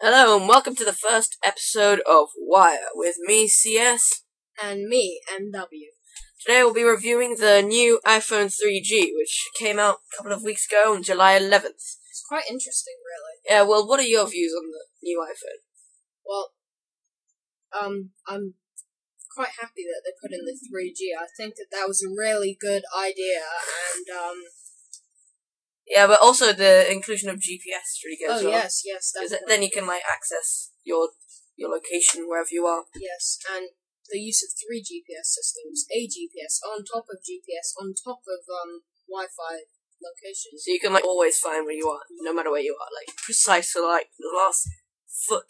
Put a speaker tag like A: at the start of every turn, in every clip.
A: Hello and welcome to the first episode of Wire with me, CS.
B: and me, MW.
A: Today we'll be reviewing the new iPhone 3G, which came out a couple of weeks ago on July 11th.
B: It's quite interesting, really.
A: Yeah, well, what are your views on the new iPhone?
B: Well, um, I'm quite happy that they put in the 3G. I think that that was a really good idea, and um,
A: Yeah, but also the inclusion of GPS is really good as
B: oh
A: well.
B: yes, yes,
A: 'Cause
B: definitely.
A: then you can like access your your location wherever you are.
B: yes, and the use of three GPS systems, a GPS on top of GPS on top of um Wi-Fi locations.
A: So you can like always find where you are, no matter where you are, like precise to like the last foot.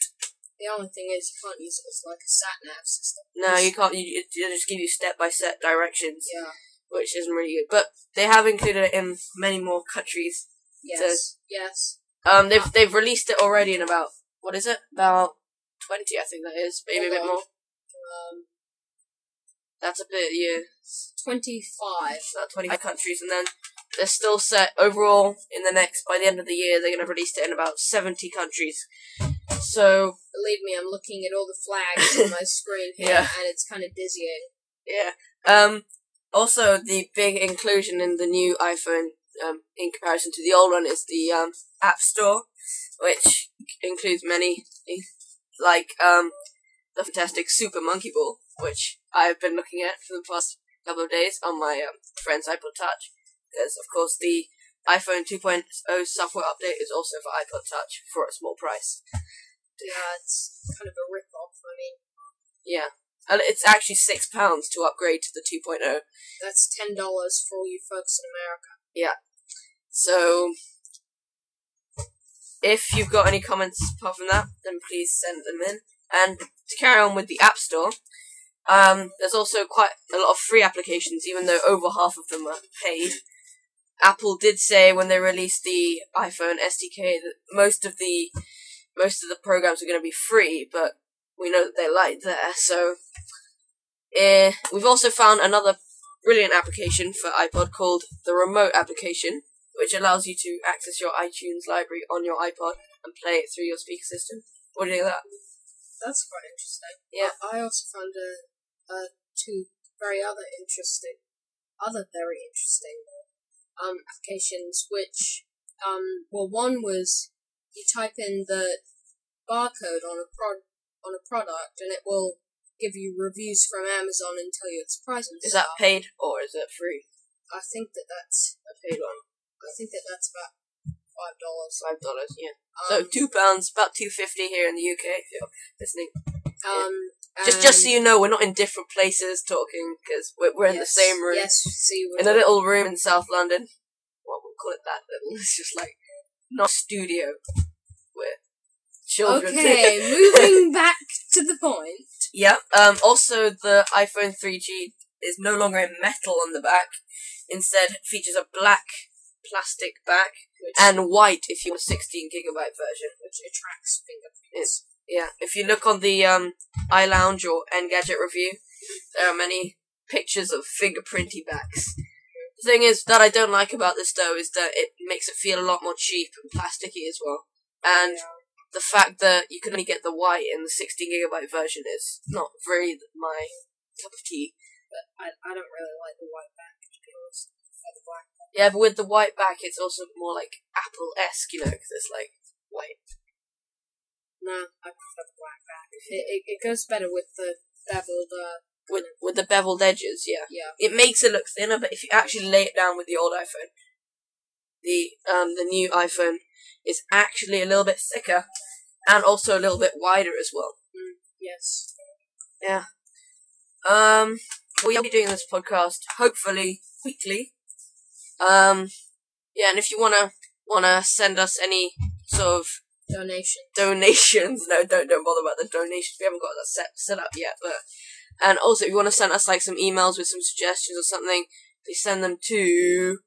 B: The only thing is, you can't use it as like a sat nav system.
A: No, you can't. You, you just give you step by step directions.
B: Yeah.
A: which isn't really good. But they have included it in many more countries.
B: Yes. Yes.
A: Um, they've they've released it already in about what is it? About twenty, I think that is, maybe a bit more.
B: Um,
A: That's a bit yeah,
B: twenty-five.
A: it's about twenty countries, and then they're still set overall in the next by the end of the year they're going to release it in about seventy countries. So
B: Believe me, I'm looking at all the flags on my screen here,
A: Yeah.
B: and it's kind of dizzying.
A: yeah, um, also the big inclusion in the new iPhone. Um, in comparison to the old one, is the um, App Store, which includes many like um, the fantastic Super Monkey Ball, which I've been looking at for the past couple of days on my um, friend's iPod Touch, because of course the iPhone 2.0 software update is also for iPod Touch for a small price.
B: Yeah, it's kind of a rip-off. I mean,
A: Yeah, and it's actually six pounds to upgrade to the oh. 2.0.
B: that's ten dollars for all you folks in America.
A: So, if you've got any comments apart from that, then please send them in. And to carry on with the App Store, um, there's also quite a lot of free applications, even though over half of them are paid. Apple did say when they released the iPhone SDK that most of the most of the programs are going to be free, but we know that they like there. So, eh, we've also found another brilliant application for iPod called the Remote application which allows you to access your iTunes library on your iPod and play it through your speaker system. What do you think of that?
B: That's quite interesting.
A: Yeah.
B: I also found a, uh two very other interesting, other very interesting um applications. Which um well, one was you type in the barcode on a prod on a product, and it will give you reviews from Amazon and tell you its price and
A: Is
B: stuff.
A: that paid or is it free?
B: I think that that's
A: A paid one.
B: I think that that's about five dollars.
A: Five dollars, yeah.
B: Um,
A: so two pounds, about two fifty here in the UK if you're listening.
B: um,
A: Just just so
B: and-
A: you know, we're not in different places talking because we're, we're in
B: yes,
A: the same room.
B: Yes, see, we're
A: In a little room in South London. Well, we'll call it that little. It's just like not a studio. We're children.
B: Okay, moving back to the point.
A: Yep. Um, also, the iPhone 3G is no longer in metal on the back. Instead, it features a black plastic back
B: Which,
A: and white if you want a 16 gigabyte version.
B: which attracts fingerprints.
A: Yeah. If you look on the um, iLounge or Engadget review, there are many pictures of fingerprinty backs. The thing is that I don't like about this though is that it makes it feel a lot more cheap and plasticky as well. And
B: Yeah.
A: the fact that you can only get the white in the 16 gigabyte version is not very my cup of tea.
B: but I, I don't really like the white back to be honest. Or the black.
A: Yeah, but with the white back, it's also more like Apple esque, you know, because it's like white.
B: No, I prefer the black back. It, it, it goes better with the beveled. Uh,
A: With, with the beveled edges, yeah.
B: yeah,
A: It makes it look thinner, but if you actually lay it down with the old iPhone, the um the new iPhone is actually a little bit thicker and also a little bit wider as well.
B: yes.
A: Um, we'll be doing this podcast hopefully weekly. Um, yeah, and if you wanna wanna send us any sort of
B: Donation.
A: donations, no, don't don't bother about the donations. We haven't got that set set up yet, but and also if you wanna send us like some emails with some suggestions or something, please send them to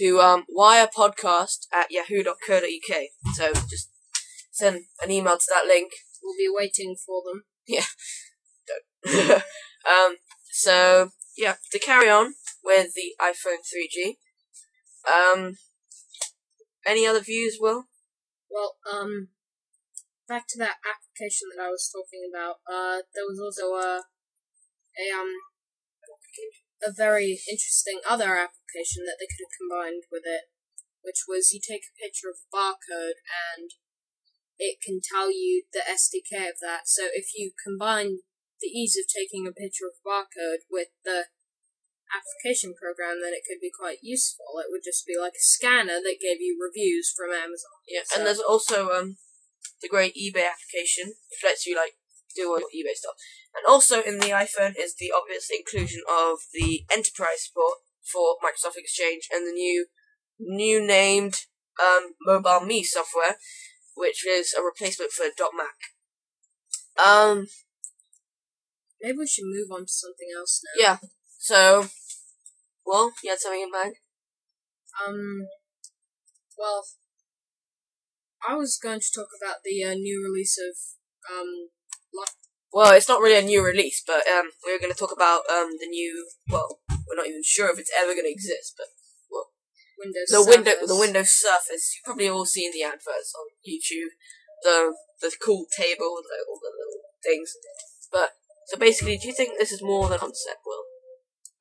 A: to um wirepodcast at yahoo.co.uk. So just send an email to that link.
B: We'll be waiting for them.
A: um, so yeah, to carry on with the iPhone 3G. Um, any other views, Will?
B: Well, um, back to that application that I was talking about. Uh, there was also a a um a very interesting other application that they could have combined with it, which was you take a picture of a barcode and it can tell you the SDK of that. So if you combine the ease of taking a picture of a barcode with the application program, then it could be quite useful. It would just be like a scanner that gave you reviews from Amazon.
A: Yeah,
B: So-
A: and there's also um the great eBay application, which lets you like do all your eBay stuff. And also in the iPhone is the obvious inclusion of the enterprise support for Microsoft Exchange and the new new named um Mobile Me software, which is a replacement for .Mac. Um
B: Maybe we should move on to something else now.
A: yeah. So well, you had something in mind?
B: Um, well, I was going to talk about the uh, new release of um
A: Well, it's not really a new release, but um, we were going to talk about um, the new. Well, we're not even sure if it's ever going to exist, but
B: Windows.
A: the window
B: Surface.
A: the Windows Surface. You've probably all seen the adverts on YouTube. The the cool table, the, all the little things. But so basically, do you think this is more than concept? Will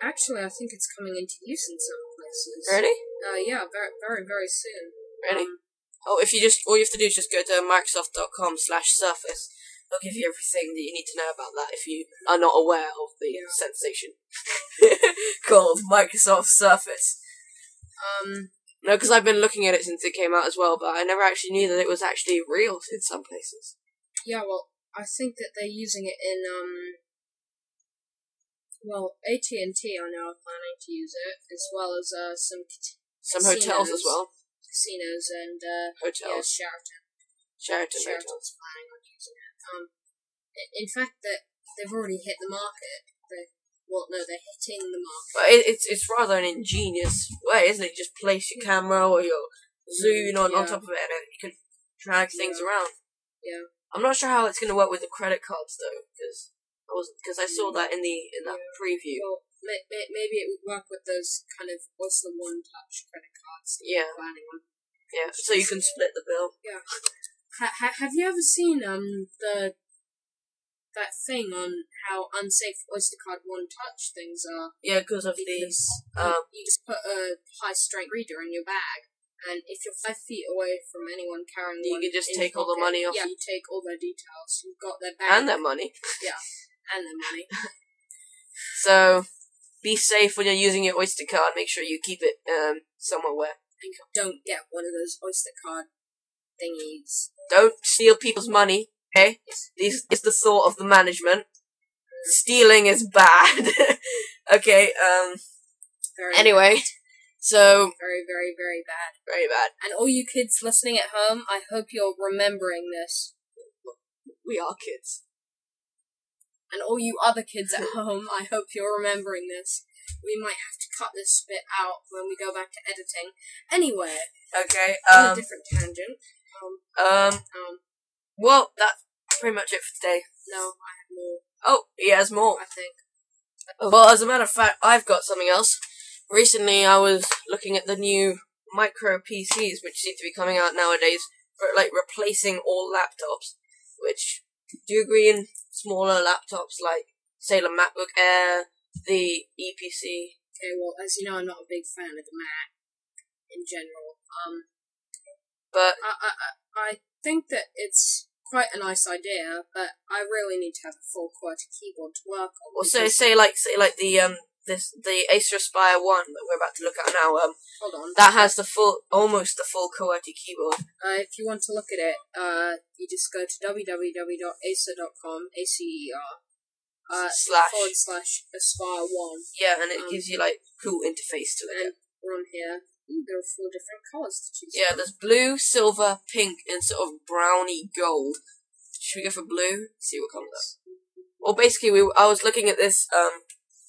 B: Actually, I think it's coming into use in some places.
A: really,
B: Uh, yeah, very, very, very soon.
A: really.
B: Um,
A: Oh, if you just all you have to do is just go to Microsoft.com/surface. slash Surface. They'll give you everything that you need to know about that if you are not aware of the
B: Yeah.
A: sensation called Microsoft Surface.
B: um,
A: No, because I've been looking at it since it came out as well, but I never actually knew that it was actually real in some places.
B: yeah. Well, I think that they're using it in um. Well, AT and T I know are planning to use it as well as uh some cat-
A: Some hotels as
B: Casinos.
A: well.
B: casinos and uh yeah,
A: Hotels.
B: Sheraton.
A: Sheraton, Hotel.
B: Sheraton's planning on using it. Um, i- in fact, that they've already hit the market. They, well, no, they're hitting the market.
A: But it, it's it's rather an ingenious way, isn't it? You just place your camera or your zoom you know, on
B: Mm, Yeah.
A: top of it and you can drag things
B: Yeah.
A: around.
B: Yeah.
A: I'm not sure how it's going to work with the credit cards, though, because I, was, cause I
B: Mm.
A: saw that in the in that preview.
B: Well, may, may, maybe it would work with those kind of what's the one touch credit cards that
A: Yeah,
B: you're planning on.
A: yeah. So you can split the bill.
B: Ha, ha, have you ever seen um the that thing on how unsafe Oyster Card One Touch things are?
A: Yeah, because of the.
B: Because
A: Um,
B: you just put a high strength reader in your bag, and if you're five feet away from anyone carrying
A: You
B: one,
A: can just
B: in
A: take
B: your
A: all the
B: pocket,
A: money off
B: Yeah,
A: you.
B: you take all their details. You've got their bag
A: and their money.
B: and their money.
A: So be safe when you're using your Oyster card. Make sure you keep it um, somewhere where.
B: And don't get one of those Oyster card thingies.
A: Don't steal people's money, okay? This is the thought of the management. Stealing is bad. okay, um,
B: Very,
A: anyway, so,
B: very, very, very bad.
A: very bad.
B: And all you kids listening at home, I hope you're remembering this.
A: We are kids.
B: And all you other kids at home, I hope you're remembering this. We might have to cut this bit out when we go back to editing. Anyway,
A: Okay,
B: on a
A: um,
B: different tangent. Um,
A: um,
B: um,
A: well, that's pretty much it for today.
B: no, I have more.
A: Oh, he has more.
B: I think.
A: Oh. Well, as a matter of fact, I've got something else. Recently, I was looking at the new micro PCs, which seem to be coming out nowadays, for, like replacing all laptops. Which do you agree in smaller laptops like say the MacBook Air, the E EPC?
B: Okay, well, as you know, I'm not a big fan of the Mac in general. Um,
A: But
B: I, I, I- I think that it's quite a nice idea, but I really need to have a full QWERTY keyboard to work on.
A: or say
B: because-
A: say like say like the um this the Acer Aspire One that we're about to look at now. Um,
B: hold on.
A: that has the full almost the full QWERTY keyboard.
B: Uh, if you want to look at it, uh, you just go to www.acer.com, A-C-E-R, E uh,
A: Slash.
B: forward slash aspire one.
A: Yeah, and it
B: Um,
A: gives you like cool interface to it.
B: And from here, ooh, there are four different colors to choose.
A: Yeah,
B: from.
A: there's blue, silver, pink, and sort of browny gold. Should we go for blue? See what comes up. Well, basically, we I was looking at this um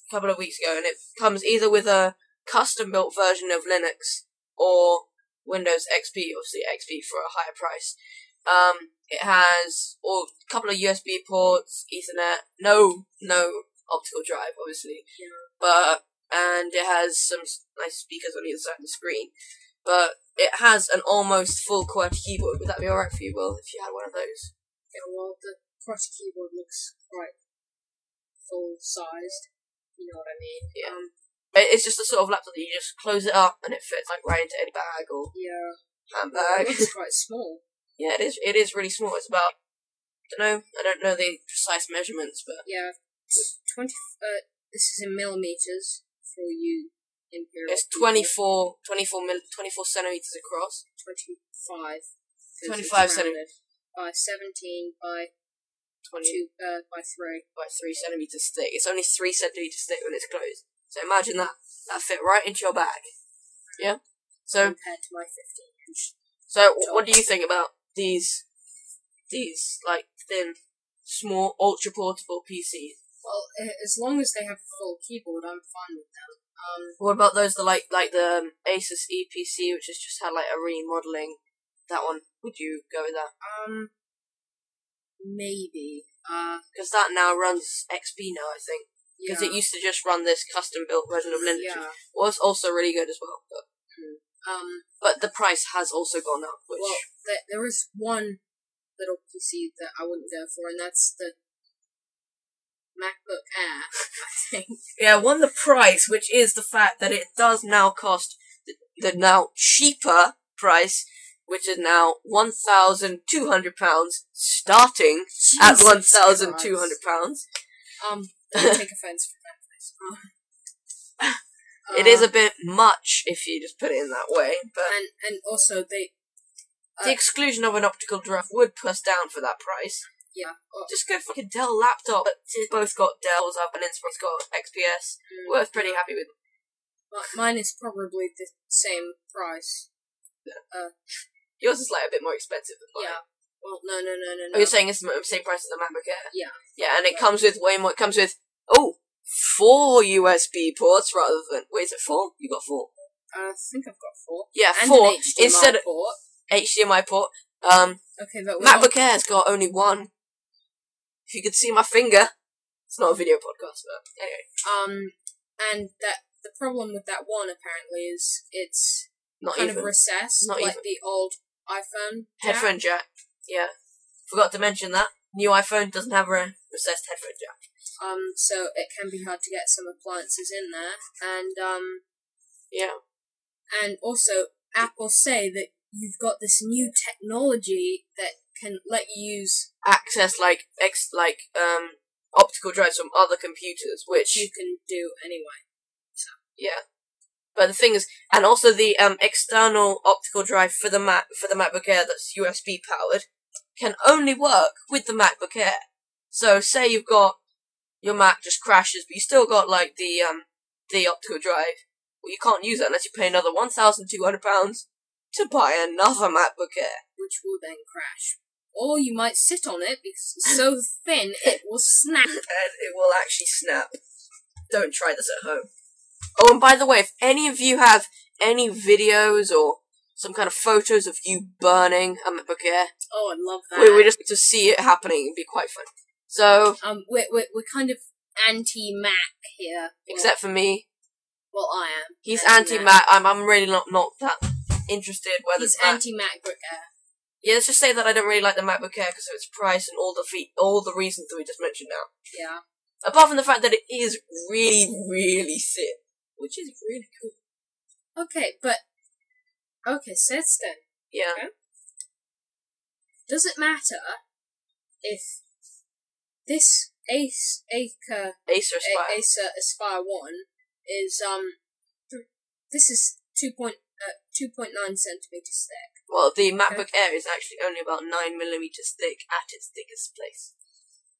A: a couple of weeks ago, and it comes either with a custom built version of Linux or Windows XP, obviously XP for a higher price. Um, it has or a couple of USB ports, Ethernet, no no optical drive, obviously,
B: Yeah.
A: but and it has some s- nice speakers on either side of the screen. but it has an almost full QWERTY keyboard. Would that be alright for you, Will, if you had one of those?
B: Yeah, well, the crotch keyboard looks quite full sized. You know what I mean?
A: Yeah. It- It's just the sort of laptop that you just close it up and it fits like right into any bag or
B: Yeah. It
A: handbag.
B: looks quite small.
A: yeah, it is. It is really small. It's about I don't know. I don't know the precise measurements, but
B: Yeah. It's 20. Uh, this is in millimeters for you imperial.
A: it's
B: people.
A: 24, 24, mil, 24 centimeters across.
B: 25. 'cause it's
A: 25 centi-
B: rounded, By 17 by
A: Twenty
B: 2 uh, by 3.
A: by three centimeters thick. It's only three centimeters thick when it's closed. So imagine that that fit right into your bag. Yeah. So
B: compared to my 15 inch.
A: so wh- what do you think about these these like thin, small, ultra portable PCs?
B: Well, a- as long as they have a full keyboard, I'm fine with them. Um,
A: What about those the like like the um, Asus EPC, which has just had like a remodeling? That one, would you go with that?
B: um, maybe. Uh,
A: Because that now runs XP now, I think.
B: yeah.
A: Because it used to just run this custom built version of Linux, which
B: Yeah.
A: was also really good as well. But,
B: Um,
A: but the price has also gone up, which
B: Well, there, there is one little PC that I wouldn't go for, and that's the MacBook Air. I think.
A: yeah, one the price, which is the fact that it does now cost the, the now cheaper price, which is now one thousand two hundred pounds, starting at
B: Jesus
A: one thousand two hundred pounds.
B: Christ. Um, don't take offense from that. please. Uh,
A: it is a bit much if you just put it in that way, but
B: and and also they Uh,
A: the exclusion of an optical drive would push down for that price.
B: yeah uh,
A: Just go fucking Dell laptop. But They've both got Dells up and Inspiron's got XPS.
B: mm,
A: We're pretty happy with.
B: mi- mine is probably the same price.
A: Yours is like a bit more expensive than mine.
B: Yeah. Well, no, no, no, no, no.
A: Oh, you're saying it's the same price as the MacBook Air?
B: Um, Yeah.
A: Yeah, and it comes with way more. It comes with oh four USB ports rather than wait, is it four? You got four?
B: I think I've got four.
A: Yeah,
B: And
A: four
B: an HDMI
A: instead of
B: port.
A: HDMI port. Um,
B: Okay, but we're not-
A: MacBook Air's got only one. If you could see my finger, it's not a video podcast, but anyway.
B: um, and that the problem with that one apparently is it's
A: Not
B: kind
A: even.
B: of recessed,
A: Not
B: like
A: even.
B: the old iPhone. jack.
A: headphone jack. Yeah. Forgot to mention that. New iPhone doesn't have a recessed headphone jack.
B: Um, so it can be hard to get some appliances in there, and um,
A: Yeah.
B: and also Apple say that you've got this new technology that can let you use
A: Access like ex like um optical drives from other computers, which
B: you can do anyway.
A: yeah. But the thing is, and also the um external optical drive for the Mac for the MacBook Air that's USB powered can only work with the MacBook Air. So say you've got your Mac just crashes, but you still got like the um the optical drive. Well, you can't use it unless you pay another one thousand two hundred pounds to buy another MacBook Air.
B: which will then crash. Or you might sit on it because it's so thin it will snap.
A: and it will actually snap. Don't try this at home. Oh, and by the way, if any of you have any videos or some kind of photos of you burning a MacBook Air,
B: Oh, I love that.
A: we we just to see it happening. It'd be quite fun. So,
B: um, we're, we're, we're kind of anti-Mac here.
A: except for me,
B: well, well, I am.
A: he's
B: Anti-Mac.
A: anti-Mac. I'm I'm really not not that interested whether
B: He's uh,
A: it's Mac.
B: anti-MacBook Air.
A: yeah, let's just say that I don't really like the MacBook Air because of its price and all the fe- all the reasons that we just mentioned now.
B: Yeah.
A: Apart from the fact that it is really really thin, which is really cool.
B: Okay, but okay, sets then.
A: Yeah.
B: Does it matter if this Ace Acre
A: Acer Aspire.
B: A- Acer Aspire One is um this is two point uh, two point nine centimeters thick.
A: Well, the MacBook Air is actually only about 9 millimeters thick at its thickest place.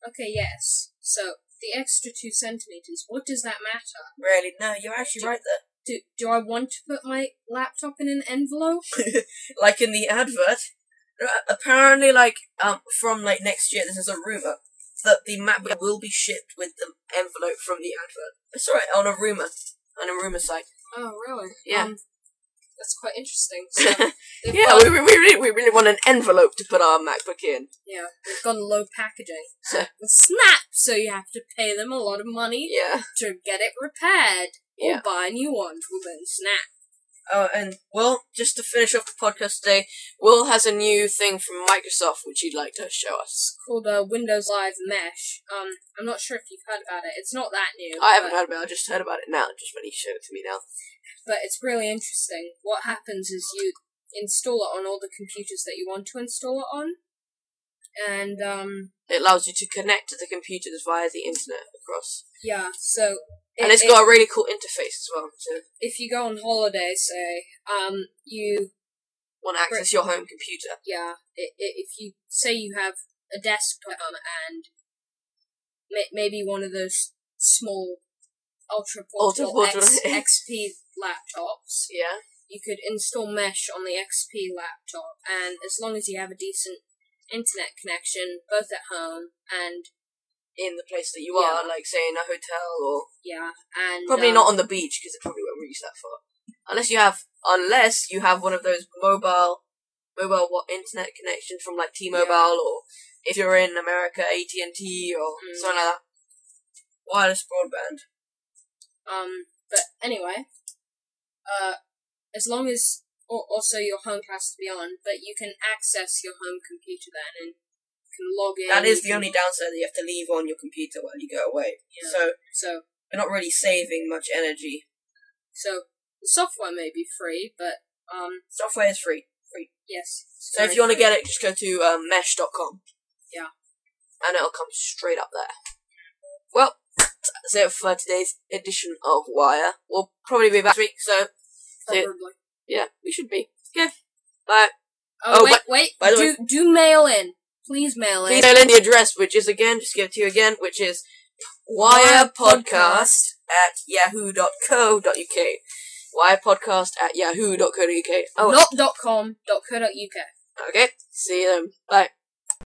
B: Okay, yes. So the extra two centimeters. What does that matter?
A: Really? No, you're actually right there.
B: Do do I want to put my laptop in an envelope?
A: Like in the advert, uh, apparently, like, um, from, like, next year, this is a rumor, that the MacBook Air will be shipped with the envelope from the advert. I saw it on a rumor, on a rumor site.
B: Oh, really?
A: Yeah.
B: Um, that's quite interesting. So
A: yeah,
B: they've
A: we, we, we, really, we really want an envelope to put our MacBook in.
B: Yeah, they've gone low packaging. So it will snap, so you have to pay them a lot of money
A: Yeah.
B: to get it repaired or
A: Yeah.
B: buy a new one. Will then snap.
A: Uh, and Will, just to finish off the podcast today, Will has a new thing from Microsoft which he'd like to show us.
B: called uh, Windows Live Mesh. Um, I'm not sure if you've heard about it. It's not that new.
A: I haven't
B: but,
A: heard about it, I just heard about it now, just when he showed it to me now.
B: but it's really interesting. What happens is you install it on all the computers that you want to install it on, and um,
A: It allows you to connect to the computers via the internet across.
B: yeah. So
A: and it's
B: it-
A: got a really cool interface as well to
B: if you go on holiday, say, um, you
A: want to access your home computer.
B: yeah, i i if you say you have a desktop um, and ma- maybe one of those small ultra portable
A: Ultra-portable.
B: X- XP laptops,
A: Yeah.
B: you could install Mesh on the XP laptop, and as long as you have a decent internet connection, both at home and
A: In the place that you
B: Yeah.
A: are, like say in a hotel or
B: yeah, and
A: probably
B: um,
A: not on the beach because it probably won't reach that far. Unless you have, unless you have one of those mobile, mobile what internet connections from like T-Mobile or if you're in America, AT and T or
B: Mm.
A: something like that. Wireless broadband.
B: Um, but anyway, uh, as long as or also your home has to be on, but you can access your home computer then and you can log in.
A: that is
B: you
A: the
B: can-
A: only downside that you have to leave on your computer while you go away.
B: Yeah.
A: So
B: so
A: you're not really saving much energy.
B: so the software may be free, but um,
A: Software is free.
B: yes.
A: So if you want to get it, just go to um, mesh.com.
B: Yeah.
A: And it'll come straight up there. Well, that's it for today's edition of Wire. We'll probably be back next week, so
B: probably.
A: yeah, we should be. Okay. Bye.
B: Oh,
A: Oh,
B: wait, wait.
A: by the
B: do do mail in, please mail in.
A: Please send in the address, which is again, just give it to you again, which is wirepodcast at yahoo.co.uk. Wirepodcast at yahoo.co.uk. Oh,
B: not dot com dot co dot uk.
A: okay. See you then. Bye.